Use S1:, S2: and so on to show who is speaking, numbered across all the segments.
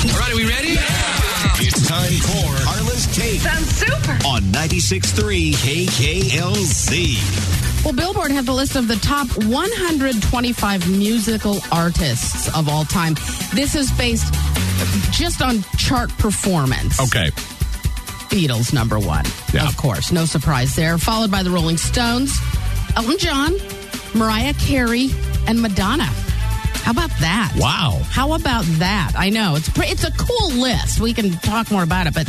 S1: on, are we ready?
S2: It's time for Carla's Take
S3: Sounds super.
S2: on 96.3 KKLZ.
S4: Well, Billboard had the list of the top 125 musical artists of all time. This is based just on chart performance.
S1: Okay.
S4: Beatles number one,
S1: Yeah.
S4: of course, no surprise there. Followed by the Rolling Stones, Elton John, Mariah Carey, and Madonna. How about that?
S1: Wow.
S4: How about that? I know it's pre- it's a cool list. We can talk more about it, but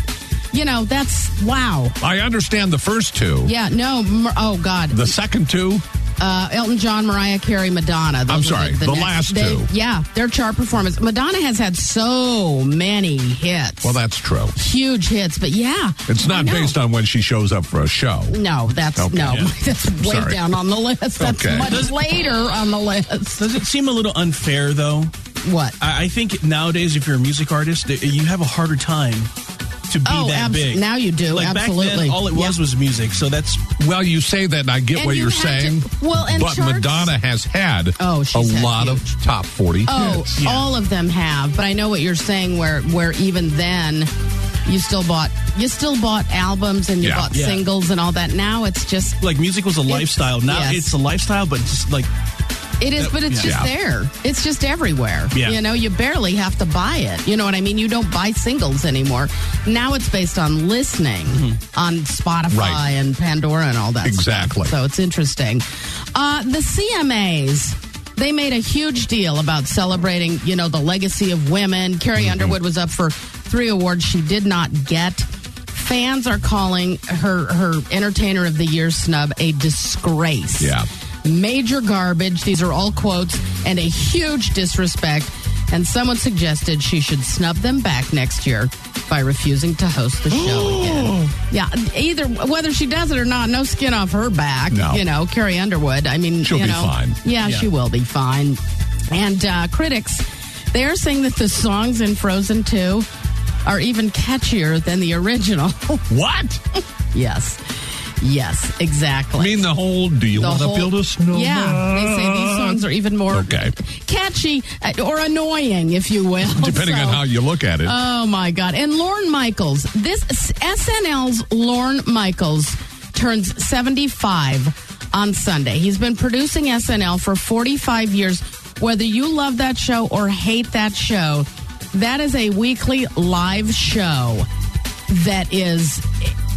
S4: you know that's wow.
S1: I understand the first two.
S4: Yeah, no, Mar- oh god,
S1: The second two,
S4: uh, Elton John, Mariah Carey, Madonna. Those
S1: I'm
S4: are
S1: sorry, the last
S4: they-
S1: two.
S4: Yeah, their chart performance. Madonna has had so many hits.
S1: well, that's true.
S4: huge hits, but yeah,
S1: It's
S4: I
S1: not
S4: know.
S1: based on when she shows up for a show.
S4: No, that's
S1: Okay.
S4: no,
S1: Yeah.
S4: that's way
S1: Sorry.
S4: down on the list. That's
S1: Okay.
S4: much
S5: Does-
S4: later on the list.
S5: Does it seem a little unfair, though?
S4: What?
S5: I, I think nowadays, if you're a music artist, th- you have a harder time to be
S4: Oh,
S5: that
S4: abs-
S5: big.
S4: now you do,
S5: Like back
S4: absolutely.
S5: then, all it was
S4: Yeah.
S5: was music. So that's
S1: Well, you say that, and I get
S4: And
S1: what
S4: you
S1: you're
S4: had to-
S1: saying.
S4: well, and
S1: but
S4: charts-
S1: Madonna has had
S4: Oh,
S1: a
S4: she's had
S1: lot of
S4: huge.
S1: top 40
S4: Oh,
S1: hits.
S4: all of them have, but I know what you're saying. Where where even then, you still bought you still bought albums and you
S1: Yeah.
S4: bought
S5: Yeah.
S4: singles and all that. Now it's just
S5: like music was a lifestyle. Now
S4: yes.
S5: it's a lifestyle, but just like
S4: It is, but it's
S1: yeah.
S4: just there. It's just everywhere.
S5: Yeah.
S4: You know, you barely have to buy it. You know what I mean? You don't buy singles anymore. Now it's based on listening on Spotify
S1: Mm-hmm. Right.
S4: and Pandora and all that. stuff.
S1: Exactly.
S4: So it's interesting. Uh, the CMAs. They made a huge deal about celebrating, you know, the legacy of women. Carrie Underwood was up for three awards she did not get. Fans are calling her her entertainer of the year snub a disgrace
S1: Yeah.
S4: major garbage. These are all quotes and a huge disrespect. And someone suggested she should snub them back next year by refusing to host the show again. Yeah, either whether she does it or not, no skin off her back.
S1: No.
S4: You know, Carrie Underwood. I mean,
S1: She'll
S4: you
S1: be
S4: know,
S1: fine.
S4: Yeah,
S5: Yeah.
S4: she will be fine. And uh, critics, they are saying that the songs in Frozen 2 are even catchier than the original.
S1: What?
S4: yes. Yes, exactly
S1: I mean, the whole, do you
S4: the
S1: want to
S4: whole-
S1: build a snowman?
S4: Yeah, they say these songs are even more
S1: Okay.
S4: catchy uh, or annoying, if you will.
S1: Depending on
S4: So-
S1: how you look at it.
S4: Oh my God! And Lorne Michaels, this SNL's Lorne Michaels turns seventy-five on Sunday. He's been producing SNL for forty-five years. Whether you love that show or hate that show, that is a weekly live show that is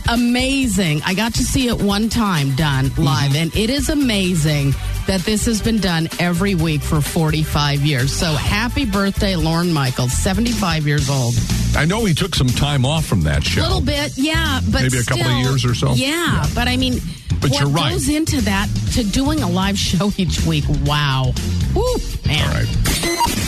S4: amazing. I got to see it one time done live, and it is amazing that this has been done every week for 45 years. So happy birthday, Lauren Michaels, 75 years old.
S1: I know he took some time off from that show.
S4: A little bit, yeah, but
S1: Maybe a couple of
S4: still-
S1: years or so?
S4: Yeah,
S1: Yeah.
S4: but I mean,
S1: But
S4: what
S1: you're right.
S4: goes into that to doing a live show each week? Wow, Woo, man.
S1: All right.